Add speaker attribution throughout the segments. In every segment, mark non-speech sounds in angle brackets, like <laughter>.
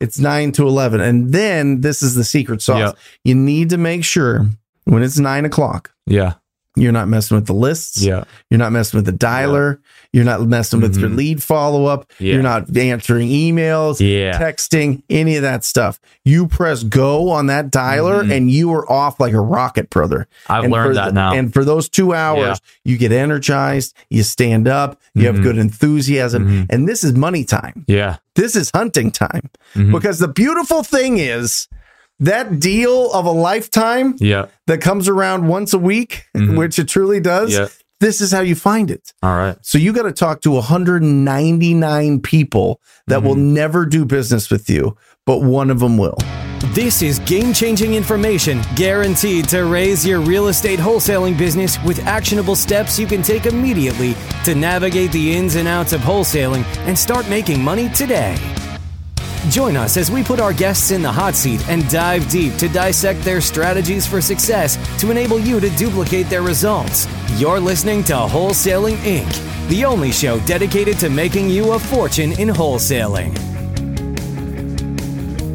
Speaker 1: It's nine to eleven, and then this is the secret sauce. You need to make sure when it's nine o'clock,
Speaker 2: Yeah.
Speaker 1: you're not messing with the lists.
Speaker 2: Yeah.
Speaker 1: You're not messing with the dialer. You're not messing with your
Speaker 2: Mhm.
Speaker 1: lead follow up.
Speaker 2: Yeah.
Speaker 1: You're not answering emails,
Speaker 2: Yeah.
Speaker 1: texting, any of that stuff. You press go on that dialer
Speaker 2: Mhm.
Speaker 1: and you are off like a rocket, brother.
Speaker 2: I've
Speaker 1: And for
Speaker 2: learned that
Speaker 1: the-
Speaker 2: now.
Speaker 1: And for those two hours,
Speaker 2: Yeah.
Speaker 1: you get energized, you stand up, you have
Speaker 2: Mhm.
Speaker 1: good enthusiasm.
Speaker 2: Mhm.
Speaker 1: And this is money time.
Speaker 2: yeah.
Speaker 1: This is hunting time.
Speaker 2: Mhm.
Speaker 1: Because the beautiful thing is that deal of a lifetime
Speaker 2: Yeah.
Speaker 1: that comes around once a week,
Speaker 2: Mhm.
Speaker 1: which it truly does,
Speaker 2: Yeah.
Speaker 1: this is how you find it.
Speaker 2: All right.
Speaker 1: So you got to talk to 199 people that
Speaker 2: Mm-hmm.
Speaker 1: will never do business with you, but one of them will.
Speaker 3: This is game changing information guaranteed to raise your real estate wholesaling business with actionable steps you can take immediately to navigate the ins and outs of wholesaling and start making money today. Join us as we put our guests in the hot seat and dive deep to dissect their strategies for success to enable you to duplicate their results. You're listening to Wholesaling Inc., the only show dedicated to making you a fortune in wholesaling.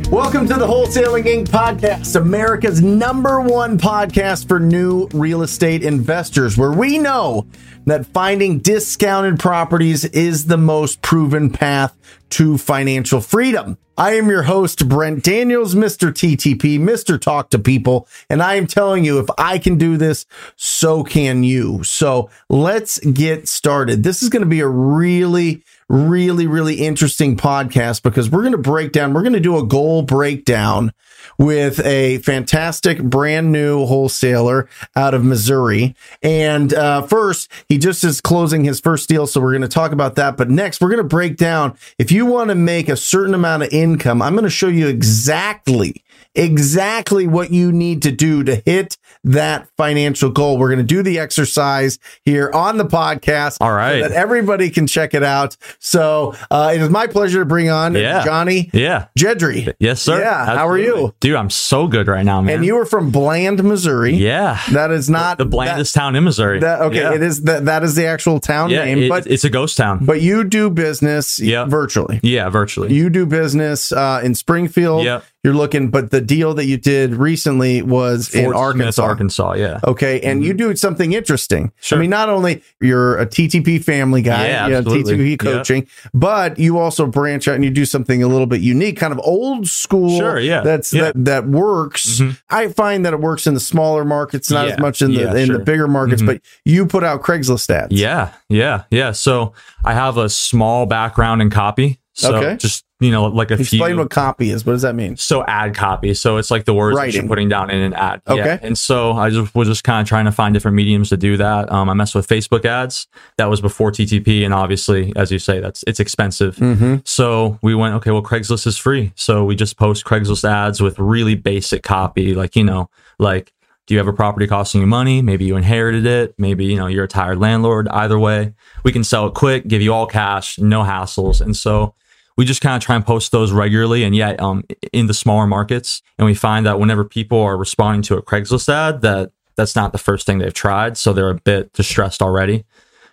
Speaker 1: Welcome to the Wholesaling Inc. podcast, America's number one podcast for new real estate investors, where we know that finding discounted properties is the most proven path to financial freedom. I am your host, Brent Daniels, Mr. TTP, Mr. Talk to People, and I am telling you, if I can do this, so can you. So let's get started. This is going to be a really really, really interesting podcast because we're going to break down, we're going to do a goal breakdown with a fantastic brand new wholesaler out of Missouri. And uh, first, he just is closing his first deal. So we're going to talk about that. But next, we're going to break down if you want to make a certain amount of income, I'm going to show you exactly exactly what you need to do to hit that financial goal. We're going to do the exercise here on the podcast.
Speaker 2: All
Speaker 1: so
Speaker 2: right.
Speaker 1: that everybody can check it out. So uh, it is my pleasure to bring on
Speaker 2: Yeah.
Speaker 1: Johnny
Speaker 2: Yeah.
Speaker 1: Jedry.
Speaker 2: Yes, sir.
Speaker 1: Yeah, how are
Speaker 2: Absolutely.
Speaker 1: you?
Speaker 2: Dude, I'm so good right now, man.
Speaker 1: And you were from Bland, Missouri.
Speaker 2: Yeah.
Speaker 1: That is not
Speaker 2: the blandest town in Missouri.
Speaker 1: That, that- okay,
Speaker 2: Yeah.
Speaker 1: it is that that is the actual town
Speaker 2: Yeah,
Speaker 1: name,
Speaker 2: it-
Speaker 1: but
Speaker 2: it's a ghost town.
Speaker 1: but you do business
Speaker 2: Yeah.
Speaker 1: virtually.
Speaker 2: yeah, virtually.
Speaker 1: You do business uh, in Springfield.
Speaker 2: Yeah.
Speaker 1: You're looking, but the deal that you did recently was in
Speaker 2: Fort Smith,
Speaker 1: Arkansas.
Speaker 2: Arkansas. Yeah.
Speaker 1: Okay, and you do something interesting.
Speaker 2: Mm-hmm. Sure.
Speaker 1: I mean, not only you're a TTP family guy,
Speaker 2: Yeah,
Speaker 1: you know,
Speaker 2: absolutely.
Speaker 1: TTP
Speaker 2: Yeah.
Speaker 1: coaching, but you also branch out and you do something a little bit unique, kind of old school.
Speaker 2: Sure, yeah,
Speaker 1: that's
Speaker 2: yeah. Mm-hmm.
Speaker 1: that that works. I find that it works in the smaller markets, not as
Speaker 2: Yeah,
Speaker 1: much in the in
Speaker 2: yeah, sure. Mm-hmm.
Speaker 1: the bigger markets. But you put out Craigslist ads.
Speaker 2: Yeah, yeah, yeah. So I have a small background in copy. So
Speaker 1: Okay.
Speaker 2: just you know, like a few.
Speaker 1: Explain what copy is. What does that mean?
Speaker 2: so ad copy. So it's like the words that
Speaker 1: Writing.
Speaker 2: you're putting down in an ad.
Speaker 1: Okay.
Speaker 2: And so I just was just kind of trying to find different mediums to do that. Um, I messed with Facebook ads. That was before TTP, and obviously, as you say, that's it's expensive. So we went, okay, well, Craigslist is free. So we just post Craigslist ads with really basic copy, like you know, like. Do you have a property costing you money? Maybe you inherited it. Maybe you know you're a tired landlord. Either way, we can sell it quick, give you all cash, no hassles. And so we just kind of try and post those regularly and yet um in the smaller markets and we find that whenever people are responding to a craigslist ad that that's not the first thing they've tried so they're a bit distressed already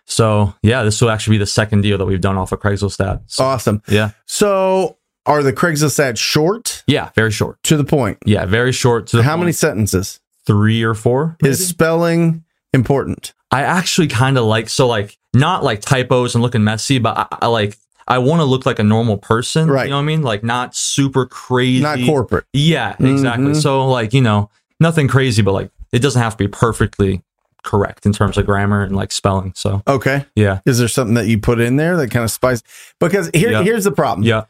Speaker 2: so yeah this will actually be the second deal that we've done off of craigslist ad so,
Speaker 1: Awesome.
Speaker 2: yeah
Speaker 1: So, are the Craigslist ads short
Speaker 2: yeah very short
Speaker 1: to the point?
Speaker 2: yeah very short to the
Speaker 1: How
Speaker 2: point.
Speaker 1: many sentences
Speaker 2: three or four
Speaker 1: is
Speaker 2: maybe?
Speaker 1: spelling important?
Speaker 2: i actually kind of like so like not like typos and looking messy but i, I like I want to look like a normal person,
Speaker 1: Right.
Speaker 2: You know what I mean? Like not super crazy,
Speaker 1: Not corporate.
Speaker 2: Yeah, exactly.
Speaker 1: Mhm.
Speaker 2: So like, you know, nothing crazy, but like it doesn't have to be perfectly correct in terms of grammar and like spelling. So
Speaker 1: Okay.
Speaker 2: yeah.
Speaker 1: Is there something that you put in there that kind of spice? Because here,
Speaker 2: Yeah.
Speaker 1: here's the problem.
Speaker 2: Yeah.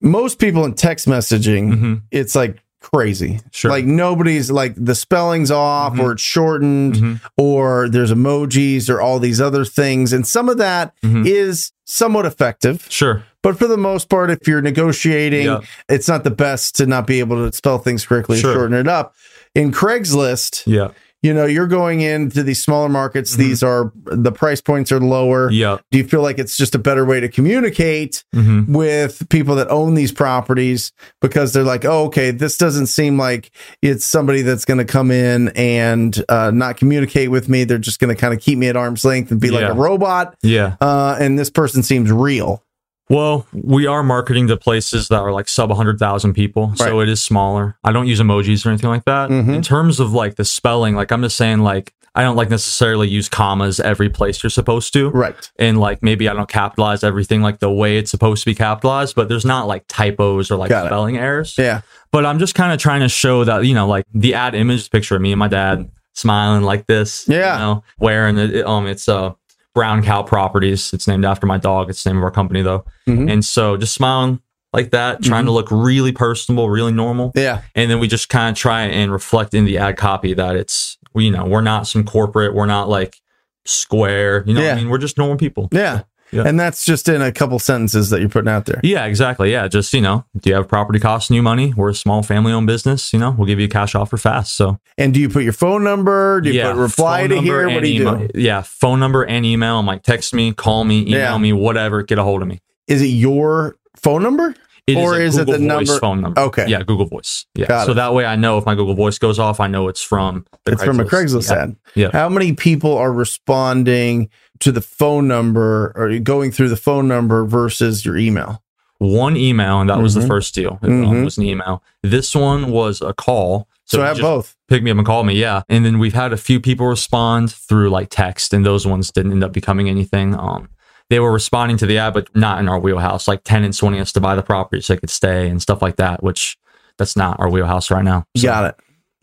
Speaker 1: Most people in text messaging,
Speaker 2: hmm
Speaker 1: it's like crazy.
Speaker 2: Sure.
Speaker 1: Mm-hmm. Like nobody's like the spelling's off
Speaker 2: Mhm.
Speaker 1: or it's shortened
Speaker 2: Mhm.
Speaker 1: or there's emojis or all these other things. And some of that is
Speaker 2: Mhm.
Speaker 1: somewhat effective.
Speaker 2: Sure.
Speaker 1: But for the most part, if you're negotiating,
Speaker 2: Yeah.
Speaker 1: it's not the best to not be able to spell things correctly
Speaker 2: Sure.
Speaker 1: and shorten it up. In Craigslist,
Speaker 2: Yeah.
Speaker 1: you know, you're going into these smaller markets.
Speaker 2: Mm-hmm.
Speaker 1: These are the price points are lower.
Speaker 2: Yeah.
Speaker 1: Do you feel like it's just a better way to communicate
Speaker 2: hmm
Speaker 1: with people that own these properties because they're like, oh, okay, this doesn't seem like it's somebody that's going to come in and uh, not communicate with me. They're just going to kind of keep me at arm's length and be like
Speaker 2: Yeah.
Speaker 1: a robot.
Speaker 2: Yeah.
Speaker 1: Uh, and this person seems real.
Speaker 2: Well, we are marketing to places that are like sub 100,000 people. So
Speaker 1: Right. Mm-hmm.
Speaker 2: it is smaller. I don't use emojis or anything like that. In terms of like the spelling, like I'm just saying, like, I don't like necessarily use commas every place you're supposed to.
Speaker 1: Right.
Speaker 2: And like maybe I don't capitalize everything like the way it's supposed to be capitalized, but there's not like typos or like
Speaker 1: Got it.
Speaker 2: spelling errors.
Speaker 1: Yeah.
Speaker 2: But I'm just kind of trying to show that, you know, like the ad image picture of me and my dad smiling like this.
Speaker 1: Yeah.
Speaker 2: You know, wearing it. it- Um, it's uh, Brown Cow Properties. It's named after my dog. It's the name of our company, though.
Speaker 1: Mhm.
Speaker 2: And so just smiling like that, trying to
Speaker 1: Mm-hmm.
Speaker 2: look really personable, really normal.
Speaker 1: Yeah.
Speaker 2: And then we just kind of try and reflect in the ad copy that it's, you know, we're not some corporate. We're not like square. You know
Speaker 1: Yeah.
Speaker 2: what I mean? We're just normal people.
Speaker 1: Yeah.
Speaker 2: Yeah.
Speaker 1: And that's just in a couple sentences that you're putting out there.
Speaker 2: Yeah, exactly. Yeah, just you know, do you have property costing you money? We're a small family-owned business. You know, we'll give you a cash offer fast. So
Speaker 1: And do you put your phone number? Do you
Speaker 2: yeah,
Speaker 1: put reply
Speaker 2: phone
Speaker 1: to
Speaker 2: number
Speaker 1: here? What
Speaker 2: and
Speaker 1: do you
Speaker 2: email.
Speaker 1: do?
Speaker 2: Yeah, phone number and email. I'm like, text me, call me, email
Speaker 1: Yeah.
Speaker 2: me, whatever. Get a hold of me.
Speaker 1: Is it your phone number?
Speaker 2: It
Speaker 1: Or
Speaker 2: a
Speaker 1: is it
Speaker 2: Google
Speaker 1: the
Speaker 2: Voice
Speaker 1: number-
Speaker 2: Phone number.
Speaker 1: Okay.
Speaker 2: Yeah, Google Voice. Yeah.
Speaker 1: Got
Speaker 2: so
Speaker 1: it.
Speaker 2: that way, I know if my Google Voice goes off, I know it's from the
Speaker 1: It's from a Craigslist
Speaker 2: Yeah.
Speaker 1: ad.
Speaker 2: Yeah.
Speaker 1: How many people are responding to the phone number or going through the phone number versus your email?
Speaker 2: One email, and that was the
Speaker 1: Mhm.
Speaker 2: first deal. It
Speaker 1: Mhm.
Speaker 2: was an email. This one was a call.
Speaker 1: So,
Speaker 2: you
Speaker 1: have
Speaker 2: just
Speaker 1: both.
Speaker 2: pick me up and call me. Yeah. And then we've had a few people respond through like text, and those ones didn't end up becoming anything. Um, they were responding to the ad, but not in our wheelhouse, like tenants wanting us to buy the property so they could stay and stuff like that, which that's not our wheelhouse right now. So,
Speaker 1: Got it.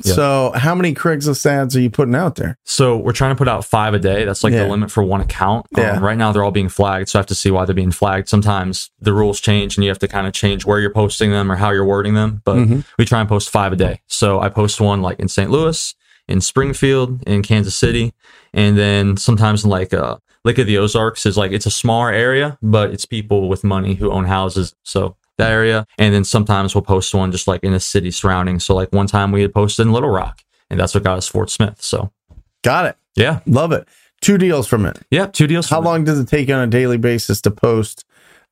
Speaker 2: Yeah.
Speaker 1: So how many Craigslist ads are you putting out there?
Speaker 2: so we're trying to put out five a day. That's like
Speaker 1: Yeah.
Speaker 2: the limit for one account. Um,
Speaker 1: Yeah.
Speaker 2: Right now, they're all being flagged. So I have to see why they're being flagged. Sometimes the rules change and you have to kind of change where you're posting them or how you're wording them. But
Speaker 1: Mhm.
Speaker 2: we try and post five a day. So I post one like in St. Louis, in Springfield, in Kansas City, and then sometimes in like uh, Lake of the Ozarks is like it's a smaller area, but it's people with money who own houses. So that area, and then sometimes we'll post one just like in a city surrounding. So like one time we had posted in Little Rock, and that's what got us Fort Smith. So
Speaker 1: Got it.
Speaker 2: yeah,
Speaker 1: Love it. Two deals from it.
Speaker 2: yeah, two deals.
Speaker 1: How
Speaker 2: for
Speaker 1: long does it take you on a daily basis to post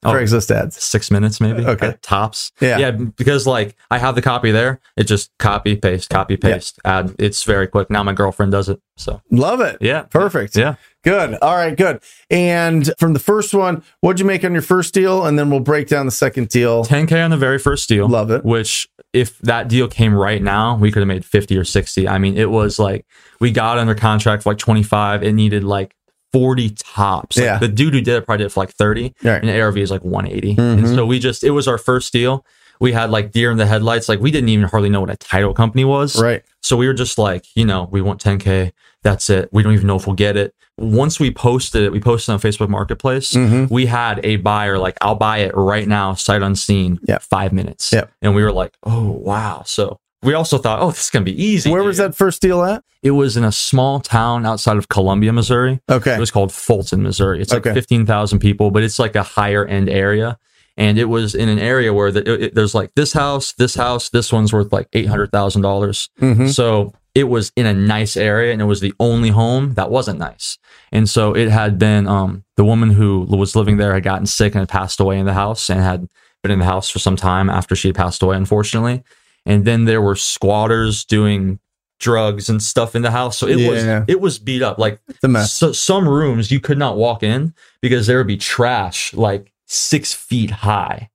Speaker 2: Oh.
Speaker 1: Craigslist ads?
Speaker 2: Six minutes, maybe.
Speaker 1: Okay.
Speaker 2: at tops.
Speaker 1: Yeah.
Speaker 2: yeah, because like I have the copy there. It just copy paste, copy
Speaker 1: Yeah.
Speaker 2: paste. Add. It's very quick. Now my girlfriend does it. So
Speaker 1: Love it.
Speaker 2: yeah,
Speaker 1: Perfect.
Speaker 2: yeah.
Speaker 1: Good. All right. Good. And from the first one, what'd you make on your first deal? And then we'll break down the second deal.
Speaker 2: 10k on the very first deal.
Speaker 1: Love it.
Speaker 2: Which, if that deal came right now, we could have made 50 or 60. I mean, it was like we got under contract for like 25. It needed like 40 tops. Like,
Speaker 1: Yeah.
Speaker 2: The dude who did it probably did it for like 30,
Speaker 1: Right.
Speaker 2: and ARV is like 180. And
Speaker 1: Mhm.
Speaker 2: so we just it was our first deal. We had like deer in the headlights. Like we didn't even hardly know what a title company was.
Speaker 1: Right.
Speaker 2: So we were just like, you know, we want 10K. That's it. We don't even know if we'll get it. Once we posted it, we posted on Facebook Marketplace.
Speaker 1: Mhm.
Speaker 2: We had a buyer like, I'll buy it right now, sight unseen,
Speaker 1: Yep.
Speaker 2: five minutes.
Speaker 1: Yep.
Speaker 2: And we were like, oh, wow. So we also thought, oh, this is going to be easy.
Speaker 1: Where was
Speaker 2: dude.
Speaker 1: that first deal at?
Speaker 2: It was in a small town outside of Columbia, Missouri.
Speaker 1: Okay.
Speaker 2: It was called Fulton, Missouri. It's like
Speaker 1: Okay.
Speaker 2: 15,000 people, but it's like a higher end area. And it was in an area where the, it- it- there's like this house, this house, this one's worth like $800,000.
Speaker 1: Mhm.
Speaker 2: So it was in a nice area and it was the only home that wasn't nice. And so it had been um, the woman who was living there had gotten sick and had passed away in the house and had been in the house for some time after she had passed away, unfortunately. And then there were squatters doing drugs and stuff in the house. So it
Speaker 1: Yeah.
Speaker 2: was it was beat up. Like
Speaker 1: The mess.
Speaker 2: so, some rooms you could not walk in because there would be trash like six feet high.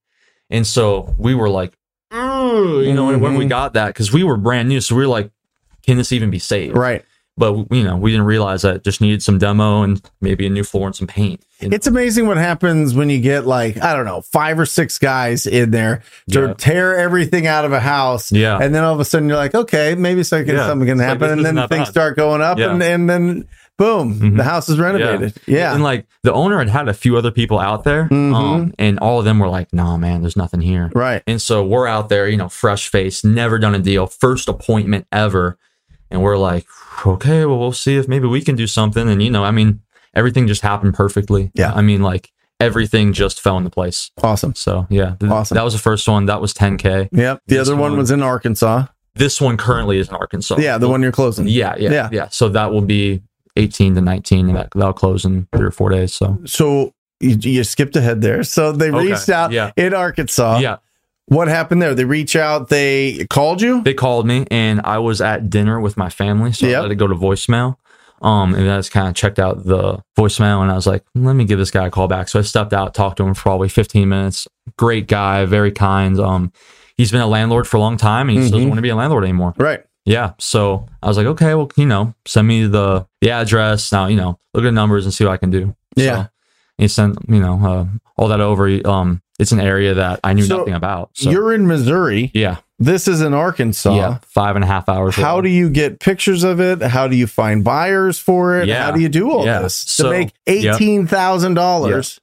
Speaker 2: And so we were like, "Ooh," you know, and when we
Speaker 1: Mhm.
Speaker 2: got that, because we were brand new. So we were like, can this even be saved?
Speaker 1: Right.
Speaker 2: But, you know, we didn't realize that it just needed some demo and maybe a new floor and some paint. And
Speaker 1: It's amazing what happens when you get like, I don't know, five or six guys in there to
Speaker 2: Yeah.
Speaker 1: tear everything out of a house.
Speaker 2: Yeah.
Speaker 1: And then all of a sudden you're like, okay, maybe something,
Speaker 2: Yeah.
Speaker 1: something can
Speaker 2: It's like,
Speaker 1: happen.
Speaker 2: this
Speaker 1: and
Speaker 2: is
Speaker 1: then
Speaker 2: not
Speaker 1: things
Speaker 2: bad.
Speaker 1: start going up
Speaker 2: Yeah. Mm-hmm.
Speaker 1: and, and then boom, the house is renovated. Yeah. Mm-hmm.
Speaker 2: And like the owner had had a few other people out there, um, and all of them were like, nah, man, there's nothing here.
Speaker 1: right.
Speaker 2: And so we're out there, you know, fresh face, never done a deal, first appointment ever. And we're like, okay, well, we'll see if maybe we can do something. And, you know, I mean, everything just happened perfectly.
Speaker 1: Yeah.
Speaker 2: I mean, like everything just fell into place.
Speaker 1: Awesome.
Speaker 2: So, yeah. th-
Speaker 1: Awesome.
Speaker 2: That was the first one. That was 10K.
Speaker 1: Yep. The
Speaker 2: This
Speaker 1: other one
Speaker 2: one-
Speaker 1: was in Arkansas.
Speaker 2: This one currently is in Arkansas.
Speaker 1: Yeah. The one you're closing.
Speaker 2: Oh, Yeah. Yeah.
Speaker 1: Yeah.
Speaker 2: Yeah. So that will be 18 to 19, and that, that'll close in three or four days. So,
Speaker 1: So you, you skipped ahead there. So they
Speaker 2: Okay,
Speaker 1: reached out
Speaker 2: yeah.
Speaker 1: in Arkansas.
Speaker 2: yeah.
Speaker 1: What happened there? They reach out. They called you.
Speaker 2: They called me, and I was at dinner with my family, so
Speaker 1: Yep.
Speaker 2: I let it go to voicemail. Um, and I just kind of checked out the voicemail and I was like, let me give this guy a call back. So I stepped out, talked to him for probably 15 minutes. Great guy, very kind. Um, he's been a landlord for a long time and he just
Speaker 1: Mm-hmm.
Speaker 2: doesn't want to be a landlord anymore.
Speaker 1: Right.
Speaker 2: Yeah. So I was like, okay, well, you know, send me the the address now, you know, look at the numbers and see what I can do.
Speaker 1: Yeah.
Speaker 2: So he sent, you know, uh, all that over. He, Um, it's an area that I knew
Speaker 1: So
Speaker 2: nothing about. So
Speaker 1: You're in Missouri.
Speaker 2: yeah.
Speaker 1: This is in Arkansas.
Speaker 2: Yeah. Five and a half hours.
Speaker 1: How
Speaker 2: away.
Speaker 1: do you get pictures of it? How do you find buyers for it?
Speaker 2: Yeah.
Speaker 1: How do you do all
Speaker 2: Yeah.
Speaker 1: this to
Speaker 2: So-
Speaker 1: make
Speaker 2: Yep.
Speaker 1: eighteen thousand dollars?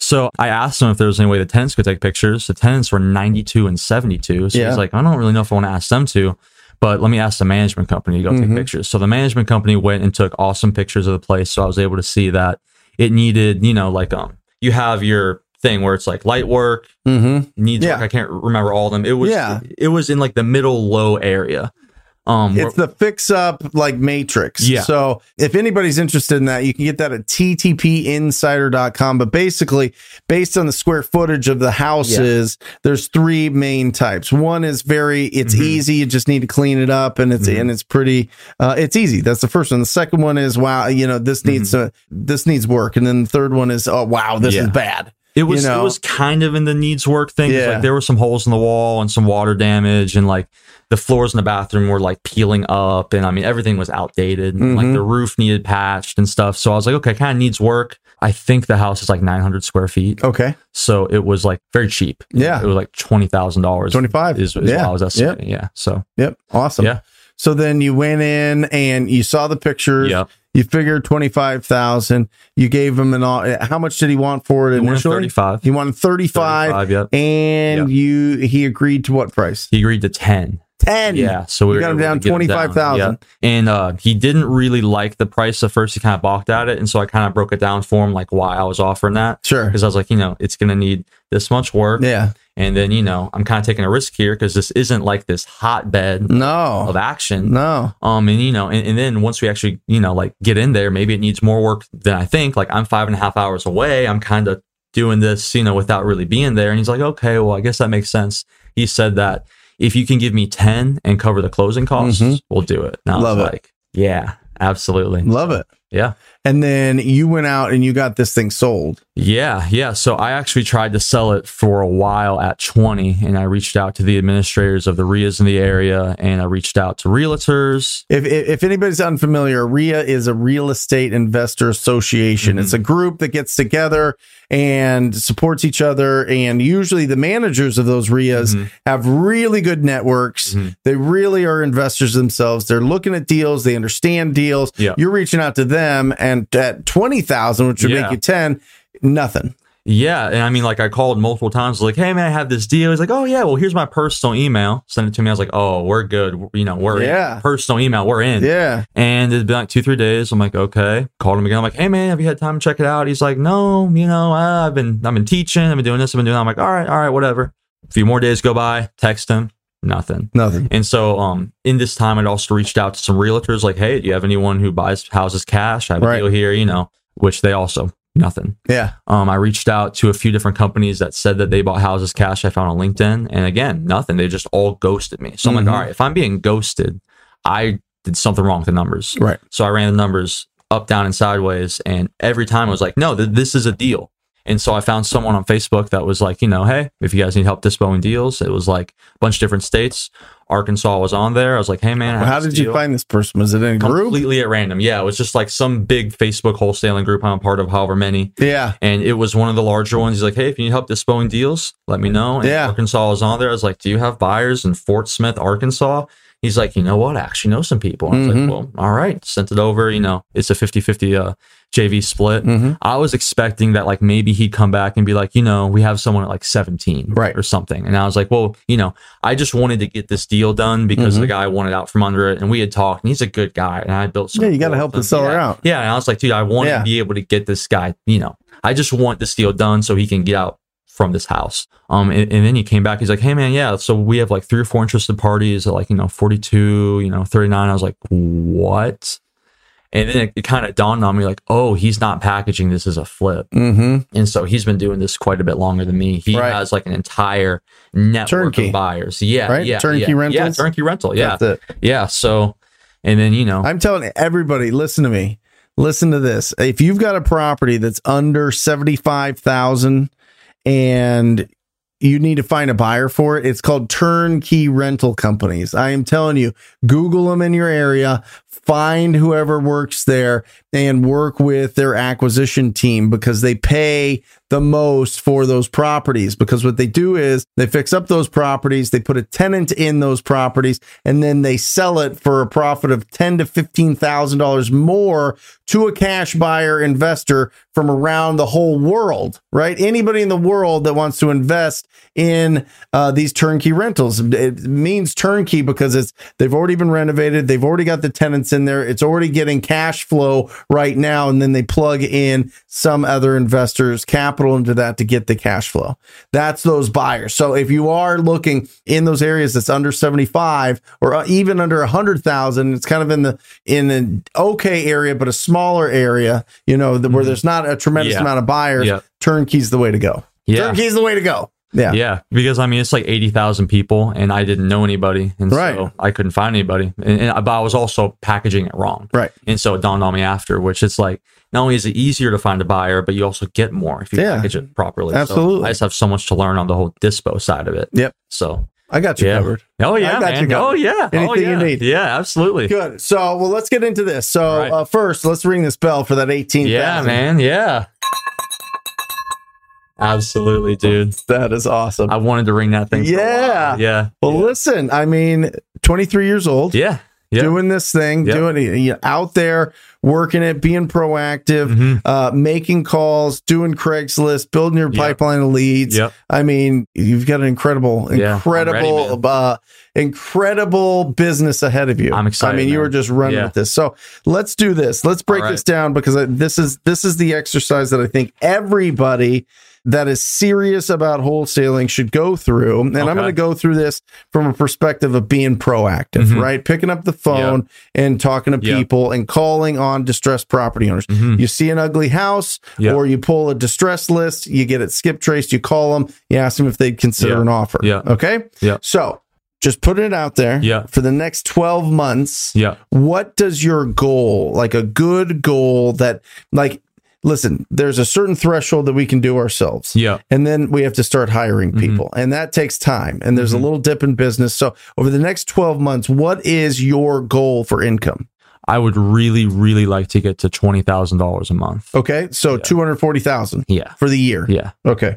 Speaker 2: So I asked him if there was any way the tenants could take pictures. The tenants were 92 and 72. So
Speaker 1: Yeah.
Speaker 2: he's like, I don't really know if I want to ask them to, but let me ask the management company to go
Speaker 1: Mm-hmm.
Speaker 2: take pictures. So the management company went and took awesome pictures of the place. So I was able to see that it needed, you know, like um, you have your thing where it's like light work,
Speaker 1: Mm-hmm.
Speaker 2: needs
Speaker 1: Yeah.
Speaker 2: work. I can't remember all of them. It was
Speaker 1: Yeah.
Speaker 2: it was in like the middle low area. Um, where-
Speaker 1: It's the fix up like matrix.
Speaker 2: Yeah.
Speaker 1: So if anybody's interested in that, you can get that at ttpinsider.com. But basically, based on the square footage of the houses, there's three main types. One is very it's
Speaker 2: Mhm.
Speaker 1: easy, you just need to clean it up and it's
Speaker 2: Mhm.
Speaker 1: and it's pretty uh it's easy. That's the first one. The second one is wow, you know, this needs to this needs work. And then the third one is oh wow, this is
Speaker 2: Mm-hmm. Yeah.
Speaker 1: bad.
Speaker 2: It was
Speaker 1: know?
Speaker 2: it was kind of in the needs work thing. It's
Speaker 1: Yeah.
Speaker 2: Like there were some holes in the wall and some water damage and like the floors in the bathroom were like peeling up and I mean everything was outdated and like
Speaker 1: Mm-hmm.
Speaker 2: the roof needed patched and stuff. So I was like, okay, kind of needs work. I think the house is like 900 square feet,
Speaker 1: Okay.
Speaker 2: so it was like very cheap.
Speaker 1: Oh. Yeah.
Speaker 2: it was like twenty thousand dollars.
Speaker 1: 25.
Speaker 2: is, is
Speaker 1: Yeah.
Speaker 2: what I was estimating. Yeah, so
Speaker 1: Yep. Awesome.
Speaker 2: Yeah.
Speaker 1: So then you went in and you saw the pictures.
Speaker 2: Yep.
Speaker 1: You figured twenty five thousand. You gave him an all. How much did he want for it
Speaker 2: He wanted
Speaker 1: initially?
Speaker 2: 35.
Speaker 1: He wanted thirty five,
Speaker 2: 35, yep.
Speaker 1: and
Speaker 2: Yep.
Speaker 1: you he agreed to what price?
Speaker 2: he agreed to ten.
Speaker 1: Ten.
Speaker 2: Yeah, so we
Speaker 1: You
Speaker 2: were
Speaker 1: got him
Speaker 2: able to
Speaker 1: down
Speaker 2: get it
Speaker 1: 25,000.
Speaker 2: Yeah. And uh, he didn't really like the price at first. He kind of balked at it, and so I kind of broke it down for him, like why I was offering that.
Speaker 1: Sure.
Speaker 2: because I was like, you know, it's going to need this much work,
Speaker 1: Yeah.
Speaker 2: and then you know, I'm kind of taking a risk here because this isn't like this hotbed
Speaker 1: No.
Speaker 2: of action.
Speaker 1: No.
Speaker 2: Um, and you know, and, and then once we actually, you know, like get in there, maybe it needs more work than I think. Like I'm five and a half hours away. I'm kind of doing this, you know, without really being there. And he's like, okay, well, I guess that makes sense. He said that if you can give me 10 and cover the closing costs,
Speaker 1: Mhm.
Speaker 2: we'll do it. And I
Speaker 1: Love
Speaker 2: was
Speaker 1: it.
Speaker 2: like, yeah, absolutely.
Speaker 1: Love it.
Speaker 2: Yeah.
Speaker 1: And then you went out and you got this thing sold.
Speaker 2: Yeah, yeah. So I actually tried to sell it for a while at 20 and I reached out to the administrators of the RIAs in the area and I reached out to realtors
Speaker 1: If, if, if anybody's unfamiliar, RIA is a real estate investor association. It's a
Speaker 2: Mm-hmm.
Speaker 1: group that gets together and supports each other. And usually the managers of those RIAs
Speaker 2: Mm-hmm.
Speaker 1: have really good networks. They really are investors themselves. They're looking at deals. They understand deals.
Speaker 2: Yeah.
Speaker 1: You're reaching out to them and at 20,000, which would
Speaker 2: Yeah.
Speaker 1: make you 10, nothing.
Speaker 2: Yeah, and I mean, like I called multiple times, like, "Hey, man, I have this deal." He's like, "Oh yeah, well, here's my personal email. Send it to me." I was like, "Oh, we're good. We're- You know, we're in.
Speaker 1: Yeah.
Speaker 2: personal email. We're in."
Speaker 1: Yeah.
Speaker 2: And it's been like two, three days. I'm like, "Okay." Called him again. I'm like, "Hey, man, have you had time to check it out?" He's like, "No, you know, uh, I've been, I've been teaching. I've been doing this. I've been doing." That. I'm like, "All right, all right, whatever." A few more days go by. Text him. Nothing.
Speaker 1: Nothing.
Speaker 2: And so, um, in this time, I'd also reached out to some realtors, like, "Hey, do you have anyone who buys houses cash? I have
Speaker 1: Right.
Speaker 2: a deal here, you know." Which they also nothing.
Speaker 1: Yeah.
Speaker 2: Um, I reached out to a few different companies that said that they bought houses cash. I found on LinkedIn, and again, nothing. They just all ghosted me. So I'm
Speaker 1: Mhm.
Speaker 2: like, all right, if I'm being ghosted, I did something wrong with the numbers.
Speaker 1: Right.
Speaker 2: So I ran the numbers up, down, and sideways, and every time I was like, no, th- this is a deal. And so I found someone on Facebook that was like, you know, hey, if you guys need help dispoing deals, it was like a bunch of different states. Arkansas was on there. I was like, hey man, I have
Speaker 1: How
Speaker 2: this
Speaker 1: did you
Speaker 2: deal
Speaker 1: find this person? Was it in a group?
Speaker 2: completely at random? Yeah, it was just like some big Facebook wholesaling group I'm a part of, however many
Speaker 1: Yeah.
Speaker 2: and it was one of the larger ones. He's like, "Hey, if you need help dispoing deals, let me know." And
Speaker 1: Yeah.
Speaker 2: Arkansas is on there. I was like, "Do you have buyers in Fort Smith, Arkansas?" He's like, "You know what? I actually know some people." And I was
Speaker 1: Mhm.
Speaker 2: like, "Well, all right." Sent it over. You know, it's a 50-50 uh, JV split.
Speaker 1: Mhm.
Speaker 2: I was expecting that like maybe he'd come back and be like, "You know, we have someone at like 17
Speaker 1: Right.
Speaker 2: or something." And I was like, "Well, you know, I just wanted to get this deal done because
Speaker 1: Mm-hmm.
Speaker 2: the guy wanted out from under it, and we had talked, and he's a good guy, and I built. some
Speaker 1: Yeah, you gotta
Speaker 2: rapport
Speaker 1: help
Speaker 2: with him.
Speaker 1: the seller
Speaker 2: Yeah.
Speaker 1: out.
Speaker 2: Yeah, and I was like, dude, I want
Speaker 1: Yeah.
Speaker 2: to be able to get this guy. You know, I just want this deal done so he can get out from this house. Um, and, and then he came back. He's like, hey man, yeah. So we have like three or four interested parties at like you know forty two, you know thirty nine. I was like, what? And then it, it kind of dawned on me like, oh, he's not packaging this as a flip.
Speaker 1: Mm-hmm.
Speaker 2: And so he's been doing this quite a bit longer than me. He
Speaker 1: Right.
Speaker 2: has like an entire network
Speaker 1: Turnkey.
Speaker 2: of buyers. Yeah,
Speaker 1: Right?
Speaker 2: yeah,
Speaker 1: Turnkey
Speaker 2: yeah,
Speaker 1: rentals?
Speaker 2: Yeah, turnkey rental. Yeah,
Speaker 1: That's it.
Speaker 2: yeah. So, and then you know,
Speaker 1: I'm telling everybody, listen to me. Listen to this. If you've got a property that's under 75,000 and you need to find a buyer for it, it's called turnkey rental companies. I am telling you, Google them in your area, find whoever works there and work with their acquisition team because they pay the most for those properties. Because what they do is they fix up those properties, they put a tenant in those properties, and then they sell it for a profit of ten to fifteen thousand dollars more to a cash buyer investor from around the whole world. Right? Anybody in the world that wants to invest in uh, these turnkey rentals. It means turnkey because it's they've already been renovated, they've already got the tenants in there, it's already getting cash flow right now, and then they plug in some other investors' capital into that to get the cash flow. That's those buyers. So if you are looking in those areas that's under seventy five or uh, even under a hundred thousand, it's kind of in the in an okay area but a smaller area, you know, the, where there's not a tremendous
Speaker 2: Mm-hmm. Yeah.
Speaker 1: amount of buyers.
Speaker 2: Yep.
Speaker 1: Turnkey's the way to go.
Speaker 2: Yeah.
Speaker 1: Turnkey's the way to go. Yeah.
Speaker 2: Yeah, because I mean it's like eighty thousand people, and I didn't know anybody, and
Speaker 1: Right.
Speaker 2: so I couldn't find anybody. And, and but I was also packaging it wrong,
Speaker 1: Right.
Speaker 2: And so it dawned on me after, which it's like not only is it easier to find a buyer, but you also get more if you
Speaker 1: Yeah.
Speaker 2: package it properly. So
Speaker 1: Absolutely.
Speaker 2: I just have so much to learn on the whole dispo side of it.
Speaker 1: Yep.
Speaker 2: So
Speaker 1: I got you
Speaker 2: yeah.
Speaker 1: covered.
Speaker 2: Oh yeah,
Speaker 1: I got you
Speaker 2: man. Oh
Speaker 1: covered.
Speaker 2: yeah. Oh,
Speaker 1: Anything you
Speaker 2: yeah.
Speaker 1: need.
Speaker 2: Yeah, absolutely.
Speaker 1: Good. So, well, let's get into this. So,
Speaker 2: Right.
Speaker 1: uh, first, let's ring this bell for that eighteen.
Speaker 2: Yeah, man. Yeah. Absolutely, dude.
Speaker 1: That is awesome.
Speaker 2: I wanted to ring that thing. for a while.
Speaker 1: Yeah.
Speaker 2: Yeah.
Speaker 1: well, listen. I mean, twenty three years old.
Speaker 2: Yeah. Yeah.
Speaker 1: Doing this thing,
Speaker 2: Yep.
Speaker 1: doing it you know, out there, working it, being proactive,
Speaker 2: Mhm.
Speaker 1: uh, making calls, doing Craigslist, building your
Speaker 2: Yep.
Speaker 1: pipeline of leads.
Speaker 2: Yep.
Speaker 1: I mean, you've got an incredible,
Speaker 2: Yeah, I'm ready,
Speaker 1: incredible, uh, incredible business ahead of you.
Speaker 2: I'm excited,
Speaker 1: I mean, you
Speaker 2: man.
Speaker 1: were just running
Speaker 2: Yeah.
Speaker 1: with this. So let's do this. Let's break
Speaker 2: All right.
Speaker 1: this down because I, this is this is the exercise that I think everybody that is serious about wholesaling should go through. And I'm
Speaker 2: Okay.
Speaker 1: going to go through this from a perspective of being proactive,
Speaker 2: Mhm.
Speaker 1: right? Picking up the phone and talking to
Speaker 2: Yep.
Speaker 1: people and calling on distressed property owners.
Speaker 2: Mhm.
Speaker 1: You see an ugly house,
Speaker 2: Yeah.
Speaker 1: or you pull a distress list, you get it skip traced, you call them, you ask them if they'd consider
Speaker 2: Yeah.
Speaker 1: an offer.
Speaker 2: Yeah.
Speaker 1: Okay.
Speaker 2: Yeah.
Speaker 1: So just putting it out there
Speaker 2: Yeah.
Speaker 1: for the next 12 months.
Speaker 2: Yeah.
Speaker 1: What does your goal, like a good goal that, like, listen, there's a certain threshold that we can do ourselves.
Speaker 2: Yeah. Mm-hmm.
Speaker 1: And then we have to start hiring people. And that takes time. And there's a little dip in business. So, over the next 12 months, what is your goal for income?
Speaker 2: I would really, really like to get to twenty thousand dollars a month.
Speaker 1: Okay. So, 240,000
Speaker 2: Yeah.
Speaker 1: for the year.
Speaker 2: Yeah.
Speaker 1: Okay.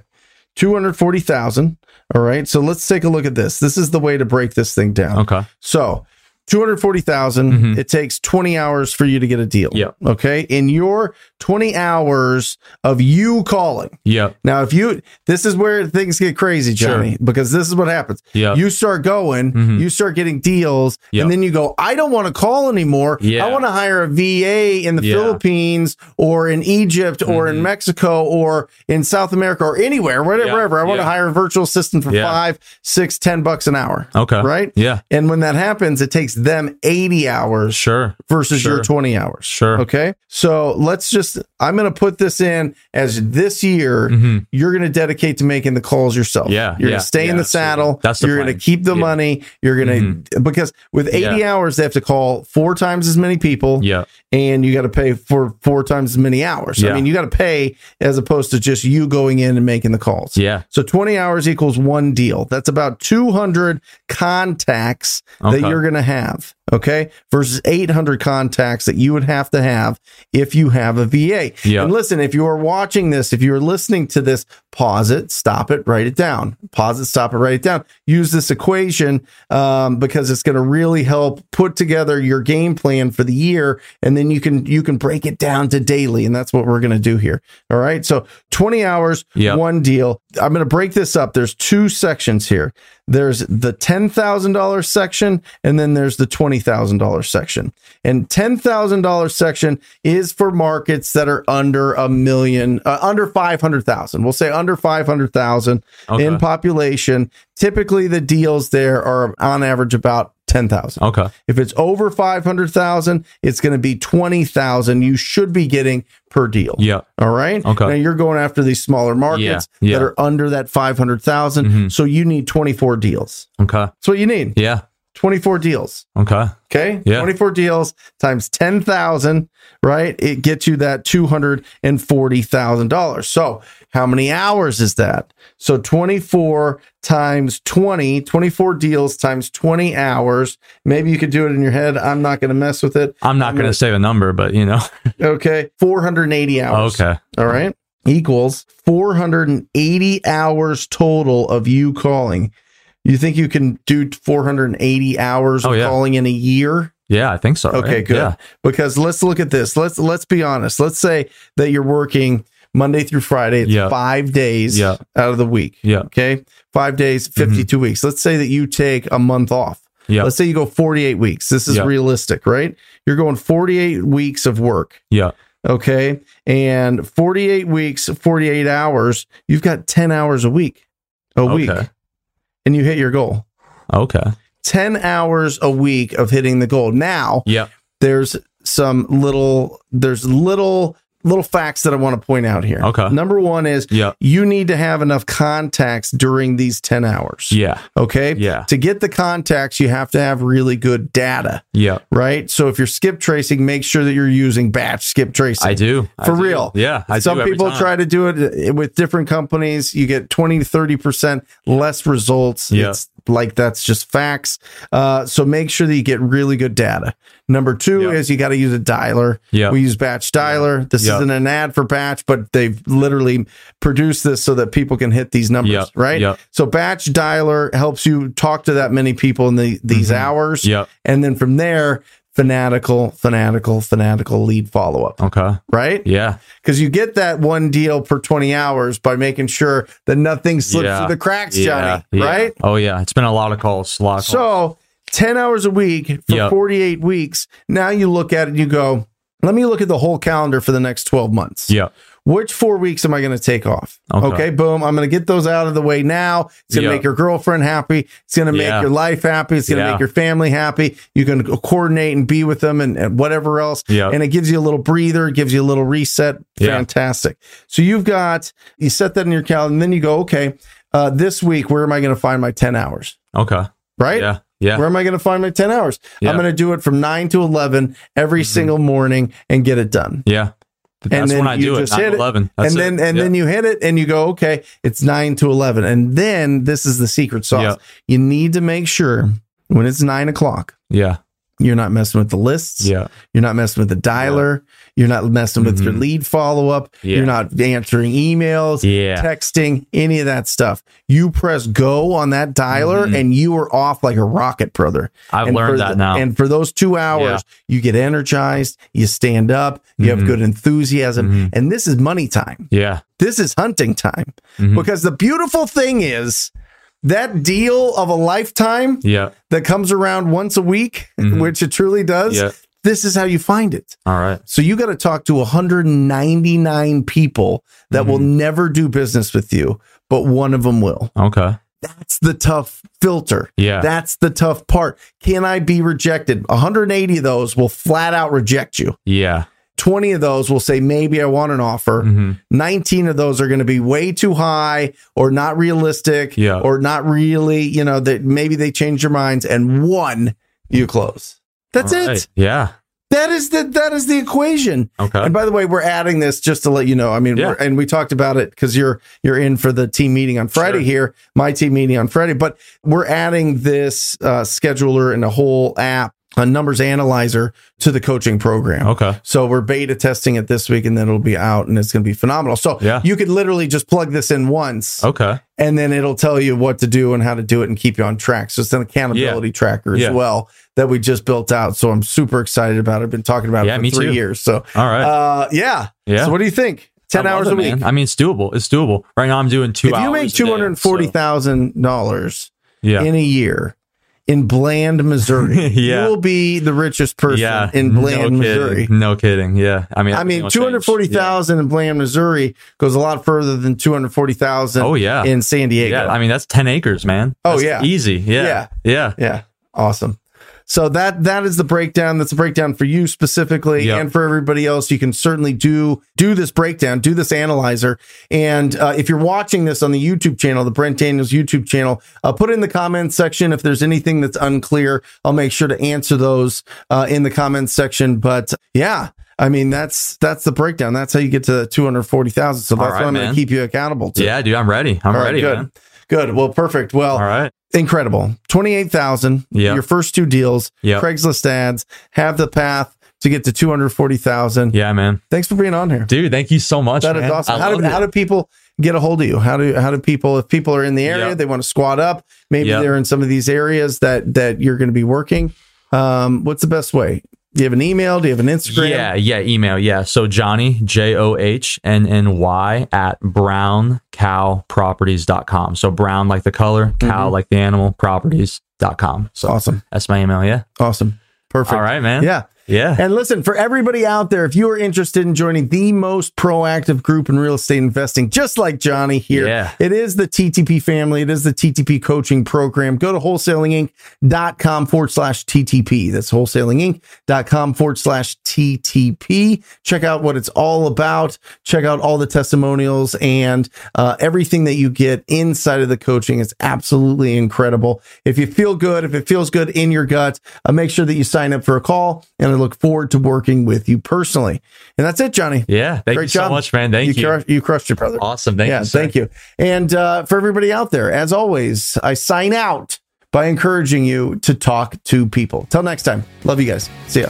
Speaker 1: 240,000. All right. So let's take a look at this. This is the way to break this thing down.
Speaker 2: Okay.
Speaker 1: So 240,000,
Speaker 2: Mhm.
Speaker 1: it takes 20 hours for you to get a deal.
Speaker 2: Yep.
Speaker 1: Okay. In your 20 hours of you calling.
Speaker 2: Yeah.
Speaker 1: Now, if you, this is where things get crazy,
Speaker 2: Sure.
Speaker 1: Johnny, because this is what happens.
Speaker 2: Yeah.
Speaker 1: You start going,
Speaker 2: Mhm.
Speaker 1: you start getting deals,
Speaker 2: Yep.
Speaker 1: and then you go, I don't want to call anymore.
Speaker 2: Yeah.
Speaker 1: I want to hire a VA in the
Speaker 2: Yeah.
Speaker 1: Philippines or in Egypt or in
Speaker 2: Mhm.
Speaker 1: Mexico or in South America or anywhere, wherever.
Speaker 2: Yeah.
Speaker 1: wherever. I want to
Speaker 2: Yeah.
Speaker 1: hire a virtual assistant for
Speaker 2: Yeah.
Speaker 1: five, six, ten bucks an hour.
Speaker 2: Okay.
Speaker 1: Right?
Speaker 2: Yeah.
Speaker 1: And when that happens, it takes them 80 hours
Speaker 2: Sure.
Speaker 1: versus your
Speaker 2: Sure.
Speaker 1: 20 hours.
Speaker 2: Sure.
Speaker 1: Okay. So let's just, I'm going to put this in as this year,
Speaker 2: Mhm.
Speaker 1: you're going to dedicate to making the calls yourself.
Speaker 2: Yeah,
Speaker 1: You're
Speaker 2: yeah,
Speaker 1: going to stay
Speaker 2: yeah,
Speaker 1: in the
Speaker 2: absolutely.
Speaker 1: saddle.
Speaker 2: That's the
Speaker 1: You're going
Speaker 2: plan.
Speaker 1: to keep the
Speaker 2: Yeah. Mm-hmm.
Speaker 1: money. You're going to, because with 80 hours, they have to call four times as many people
Speaker 2: Yeah.
Speaker 1: and you got to pay for four times as many hours. I
Speaker 2: Yeah.
Speaker 1: mean, you got to pay as opposed to just you going in and making the calls.
Speaker 2: Yeah.
Speaker 1: So 20 hours equals one deal. That's about 200 contacts that
Speaker 2: Okay.
Speaker 1: you're going to have, okay? Versus 800 contacts that you would have to have if you have a VA.
Speaker 2: Yeah.
Speaker 1: And listen, if you are watching this, if you are listening to this, pause it, stop it, write it down. Pause it, stop it, write it down. Use this equation um, because it's going to really help put together your game plan for the year, and then you can you can break it down to daily, and that's what we're going to do here. All right, so 20 hours,
Speaker 2: Yeah.
Speaker 1: one deal. I'm going to break this up. There's two sections here. There's the $10,000 section and then there's the $20,000 section. And $10,000 section is for markets that are under a million, uh, under 500,000. We'll say under 500,000
Speaker 2: Okay.
Speaker 1: in population. Typically the deals there are on average about 10,000.
Speaker 2: Okay.
Speaker 1: If it's over 500,000, it's going to be 20,000 you should be getting per deal.
Speaker 2: Yeah.
Speaker 1: All right.
Speaker 2: Okay.
Speaker 1: Now you're going after these smaller markets
Speaker 2: Yeah, yeah.
Speaker 1: that are under that 500,000. So you need 24 deals.
Speaker 2: Okay.
Speaker 1: That's what you need.
Speaker 2: Yeah.
Speaker 1: 24 deals.
Speaker 2: Okay.
Speaker 1: Okay.
Speaker 2: Yeah.
Speaker 1: 24 deals times 10,000, right? It gets you that $240,000. So how many hours is that? So 24 times 20, 24 deals times 20 hours. Maybe you could do it in your head. I'm not going to mess with it.
Speaker 2: I'm not going
Speaker 1: gonna-
Speaker 2: to say the number, but you know.
Speaker 1: Okay. 480 hours.
Speaker 2: okay.
Speaker 1: All right. Equals 480 hours total of you calling. You think you can do 480 hours
Speaker 2: Oh,
Speaker 1: of
Speaker 2: yeah.
Speaker 1: calling in a year?
Speaker 2: Yeah, I think so. right?
Speaker 1: Okay, good.
Speaker 2: Yeah.
Speaker 1: Because let's look at this. Let's let's be honest. Let's say that you're working Monday through Friday. It's
Speaker 2: Yeah.
Speaker 1: five days
Speaker 2: Yeah.
Speaker 1: out of the week.
Speaker 2: Yeah. Mm-hmm.
Speaker 1: Okay. Five days, 52 weeks. Let's say that you take a month off.
Speaker 2: Yeah.
Speaker 1: Let's say you go 48 weeks. This is
Speaker 2: Yeah.
Speaker 1: realistic, right? You're going 48 weeks of work.
Speaker 2: Yeah.
Speaker 1: Okay. And 48 weeks, 48 hours, you've got 10 hours a week, a week,
Speaker 2: Okay.
Speaker 1: and you hit your goal.
Speaker 2: Okay.
Speaker 1: 10 hours a week of hitting the goal. Now,
Speaker 2: Yeah.
Speaker 1: there's some little, there's little, little facts that I want to point out here.
Speaker 2: Okay.
Speaker 1: Number one is
Speaker 2: Yeah.
Speaker 1: you need to have enough contacts during these 10 hours.
Speaker 2: Yeah.
Speaker 1: Okay.
Speaker 2: Yeah.
Speaker 1: To get the contacts, you have to have really good data,
Speaker 2: Yeah.
Speaker 1: right? So if you're skip tracing, make sure that you're using batch skip tracing.
Speaker 2: I do. I
Speaker 1: For
Speaker 2: do.
Speaker 1: real.
Speaker 2: Yeah. I
Speaker 1: Some
Speaker 2: do every
Speaker 1: people
Speaker 2: time.
Speaker 1: try to do it uh, with different companies. You get 20 to 30% less results.
Speaker 2: Yeah.
Speaker 1: It's like that's just facts. Uh, so make sure that you get really good data. Number two
Speaker 2: Yeah.
Speaker 1: is you got to use a dialer.
Speaker 2: Yeah.
Speaker 1: We use batch dialer. This
Speaker 2: Yeah.
Speaker 1: isn't an ad for batch, but they've literally produced this so that people can hit these numbers,
Speaker 2: Yeah.
Speaker 1: right?
Speaker 2: Yeah.
Speaker 1: So batch dialer helps you talk to that many people in the, these hours.
Speaker 2: Mm-hmm. Yeah.
Speaker 1: And then from there, fanatical, fanatical, fanatical lead follow up,
Speaker 2: Okay.
Speaker 1: right?
Speaker 2: Yeah.
Speaker 1: because you get that one deal per 20 hours by making sure that nothing slips
Speaker 2: Yeah.
Speaker 1: through the cracks,
Speaker 2: Yeah.
Speaker 1: Johnny,
Speaker 2: Yeah.
Speaker 1: right?
Speaker 2: Oh yeah. It's been a lot of calls. A lot of calls.
Speaker 1: So 10 hours a week for
Speaker 2: Yeah.
Speaker 1: 48 weeks. Now you look at it and you go, let me look at the whole calendar for the next 12 months.
Speaker 2: Yeah.
Speaker 1: Which four weeks am I going to take off? Okay.
Speaker 2: Okay.
Speaker 1: boom. I'm going to get those out of the way now. It's going to
Speaker 2: Yeah.
Speaker 1: make your girlfriend happy. It's going to make
Speaker 2: Yeah.
Speaker 1: your life happy. It's going to
Speaker 2: Yeah.
Speaker 1: make your family happy. You can coordinate and be with them and, and whatever else.
Speaker 2: Yeah.
Speaker 1: And it gives you a little breather, it gives you a little reset.
Speaker 2: Yeah.
Speaker 1: Fantastic. So you've got, you set that in your calendar and then you go, okay, uh, this week, where am I going to find my 10 hours?
Speaker 2: Okay.
Speaker 1: Right?
Speaker 2: Yeah. Yeah.
Speaker 1: Where am I going to find my 10 hours?
Speaker 2: Yeah. Mm-hmm.
Speaker 1: I'm going to do it from 9 to 11 every single morning and get it done.
Speaker 2: Yeah. That's
Speaker 1: then
Speaker 2: when I
Speaker 1: you
Speaker 2: do it.
Speaker 1: just
Speaker 2: Not
Speaker 1: hit it,
Speaker 2: Eleven. That's
Speaker 1: and
Speaker 2: it.
Speaker 1: then and
Speaker 2: Yeah.
Speaker 1: then you hit it and you go, okay, it's 9 to 11. And then this is the secret sauce.
Speaker 2: Yeah.
Speaker 1: You need to make sure when it's 9 o'clock,
Speaker 2: Yeah.
Speaker 1: you're not messing with the lists.
Speaker 2: Yeah.
Speaker 1: You're not messing with the dialer. You're not messing with your
Speaker 2: Mhm.
Speaker 1: lead follow up.
Speaker 2: Yeah.
Speaker 1: You're not answering emails,
Speaker 2: Yeah.
Speaker 1: texting, any of that stuff. You press go on that dialer and you are off like a rocket, brother.
Speaker 2: Mm-hmm. I've
Speaker 1: and for
Speaker 2: learned
Speaker 1: the-
Speaker 2: that now.
Speaker 1: And for those two hours, you get energized, you stand up, you have
Speaker 2: Mm-hmm.
Speaker 1: good enthusiasm. And this is money time.
Speaker 2: yeah.
Speaker 1: This is hunting time.
Speaker 2: Mhm.
Speaker 1: Because the beautiful thing is that deal of a lifetime
Speaker 2: Yeah.
Speaker 1: that comes around once a week,
Speaker 2: Mhm.
Speaker 1: which it truly does,
Speaker 2: Yeah.
Speaker 1: this is how you find it.
Speaker 2: All right.
Speaker 1: So you got to talk to 199 people that will
Speaker 2: Mm-hmm.
Speaker 1: never do business with you, but one of them will.
Speaker 2: Okay.
Speaker 1: That's the tough filter.
Speaker 2: Yeah.
Speaker 1: That's the tough part. Can I be rejected? 180 of those will flat out reject you.
Speaker 2: Yeah.
Speaker 1: 20 of those will say, maybe I want an offer.
Speaker 2: hmm
Speaker 1: 19 of those are going to be way too high or not realistic
Speaker 2: Yeah.
Speaker 1: or not really, you know, that maybe they change their minds. And one, you close. That's
Speaker 2: All
Speaker 1: it.
Speaker 2: right. Yeah.
Speaker 1: That is the that is the equation.
Speaker 2: Okay.
Speaker 1: And by the way, we're adding this just to let you know. I mean,
Speaker 2: Yeah.
Speaker 1: we're- and we talked about it because you're you're in for the team meeting on Friday
Speaker 2: Sure.
Speaker 1: here, my team meeting on Friday. But we're adding this uh, scheduler and a whole app, a numbers analyzer to the coaching program.
Speaker 2: Okay.
Speaker 1: So we're beta testing it this week, and then it'll be out, and it's going to be phenomenal. So
Speaker 2: Yeah. Oh.
Speaker 1: you could literally just plug this in once,
Speaker 2: Okay.
Speaker 1: and then it'll tell you what to do and how to do it and keep you on track. So it's an accountability tracker as
Speaker 2: Yeah.
Speaker 1: well that we just built out. So I'm super excited about. it. I've been talking about
Speaker 2: Yeah,
Speaker 1: it
Speaker 2: me
Speaker 1: for three
Speaker 2: too.
Speaker 1: years. So
Speaker 2: All right.
Speaker 1: uh, yeah.
Speaker 2: Yeah.
Speaker 1: So what do you think? Ten
Speaker 2: I love
Speaker 1: hours
Speaker 2: it,
Speaker 1: a week.
Speaker 2: man. I mean, it's doable. It's doable. Right now, I'm doing two
Speaker 1: If
Speaker 2: hours.
Speaker 1: you make
Speaker 2: a day,
Speaker 1: two hundred forty
Speaker 2: so-
Speaker 1: thousand dollars
Speaker 2: Yeah.
Speaker 1: in a year in Bland, Missouri,
Speaker 2: <laughs> Yeah.
Speaker 1: you will be the richest person
Speaker 2: yeah.
Speaker 1: in Bland,
Speaker 2: no
Speaker 1: Missouri.
Speaker 2: Kidding. No kidding. Yeah. I mean,
Speaker 1: I
Speaker 2: everything
Speaker 1: mean,
Speaker 2: will
Speaker 1: two hundred forty
Speaker 2: change. Yeah.
Speaker 1: thousand in Bland, Missouri goes a lot further than two hundred forty thousand.
Speaker 2: Oh, yeah.
Speaker 1: in San Diego.
Speaker 2: Yeah. I mean, that's 10 acres, man.
Speaker 1: Oh,
Speaker 2: That's
Speaker 1: yeah.
Speaker 2: Easy. Yeah.
Speaker 1: Yeah.
Speaker 2: Yeah.
Speaker 1: yeah, awesome. So that that is the breakdown. That's a breakdown for you specifically,
Speaker 2: Yep.
Speaker 1: and for everybody else. You can certainly do do this breakdown, do this analyzer. And uh, if you're watching this on the YouTube channel, the Brent Daniels YouTube channel, uh, put in the comments section if there's anything that's unclear. I'll make sure to answer those uh, in the comments section. But yeah, I mean that's that's the breakdown. That's how you get to two hundred forty thousand. So that's
Speaker 2: right,
Speaker 1: what I'm going
Speaker 2: man.
Speaker 1: to keep you accountable to.
Speaker 2: Yeah, dude, I'm ready. I'm
Speaker 1: All right,
Speaker 2: ready,
Speaker 1: good.
Speaker 2: man.
Speaker 1: Good. Well, perfect. Well,
Speaker 2: All right.
Speaker 1: incredible. 28,000.
Speaker 2: Yeah.
Speaker 1: Your first two deals,
Speaker 2: Yeah.
Speaker 1: Craigslist ads, have the path to get to 240,000.
Speaker 2: Yeah, man.
Speaker 1: Thanks for being on here.
Speaker 2: Dude, thank you so much.
Speaker 1: That is
Speaker 2: man.
Speaker 1: awesome.
Speaker 2: I
Speaker 1: How
Speaker 2: love
Speaker 1: do,
Speaker 2: it.
Speaker 1: how do people get a hold of you? How do how do people if people are in the area,
Speaker 2: Yeah.
Speaker 1: they want to squat up, maybe
Speaker 2: Yeah.
Speaker 1: they're in some of these areas that that you're going to be working. Um, what's the best way? Do you have an email? Do you have an Instagram?
Speaker 2: Yeah, yeah, email. Yeah. So Johnny, J O H N N Y, at browncowproperties.com. So brown like the color, cow
Speaker 1: Mm-hmm.
Speaker 2: like the animal, properties.com. So
Speaker 1: Awesome.
Speaker 2: that's my email. Yeah.
Speaker 1: Awesome. Perfect.
Speaker 2: All right, man.
Speaker 1: Yeah.
Speaker 2: Yeah.
Speaker 1: And listen, for everybody out there, if you are interested in joining the most proactive group in real estate investing, just like Johnny here,
Speaker 2: Yeah.
Speaker 1: it is the TTP family. It is the TTP coaching program. Go to wholesalinginc.com forward slash TTP. That's wholesalinginc.com forward slash TTP. Check out what it's all about. Check out all the testimonials and uh, everything that you get inside of the coaching. It's absolutely incredible. If you feel good, if it feels good in your gut, uh, make sure that you sign up for a call. And I look forward to working with you personally. And that's it, Johnny.
Speaker 2: Yeah. Thank
Speaker 1: Great
Speaker 2: you so
Speaker 1: job.
Speaker 2: much, man. Thank you.
Speaker 1: crush- you crushed your brother.
Speaker 2: Awesome. Thank
Speaker 1: yeah,
Speaker 2: you. sir.
Speaker 1: thank you. And uh, for everybody out there, as always, I sign out by encouraging you to talk to people. Till next time, love you guys. See ya.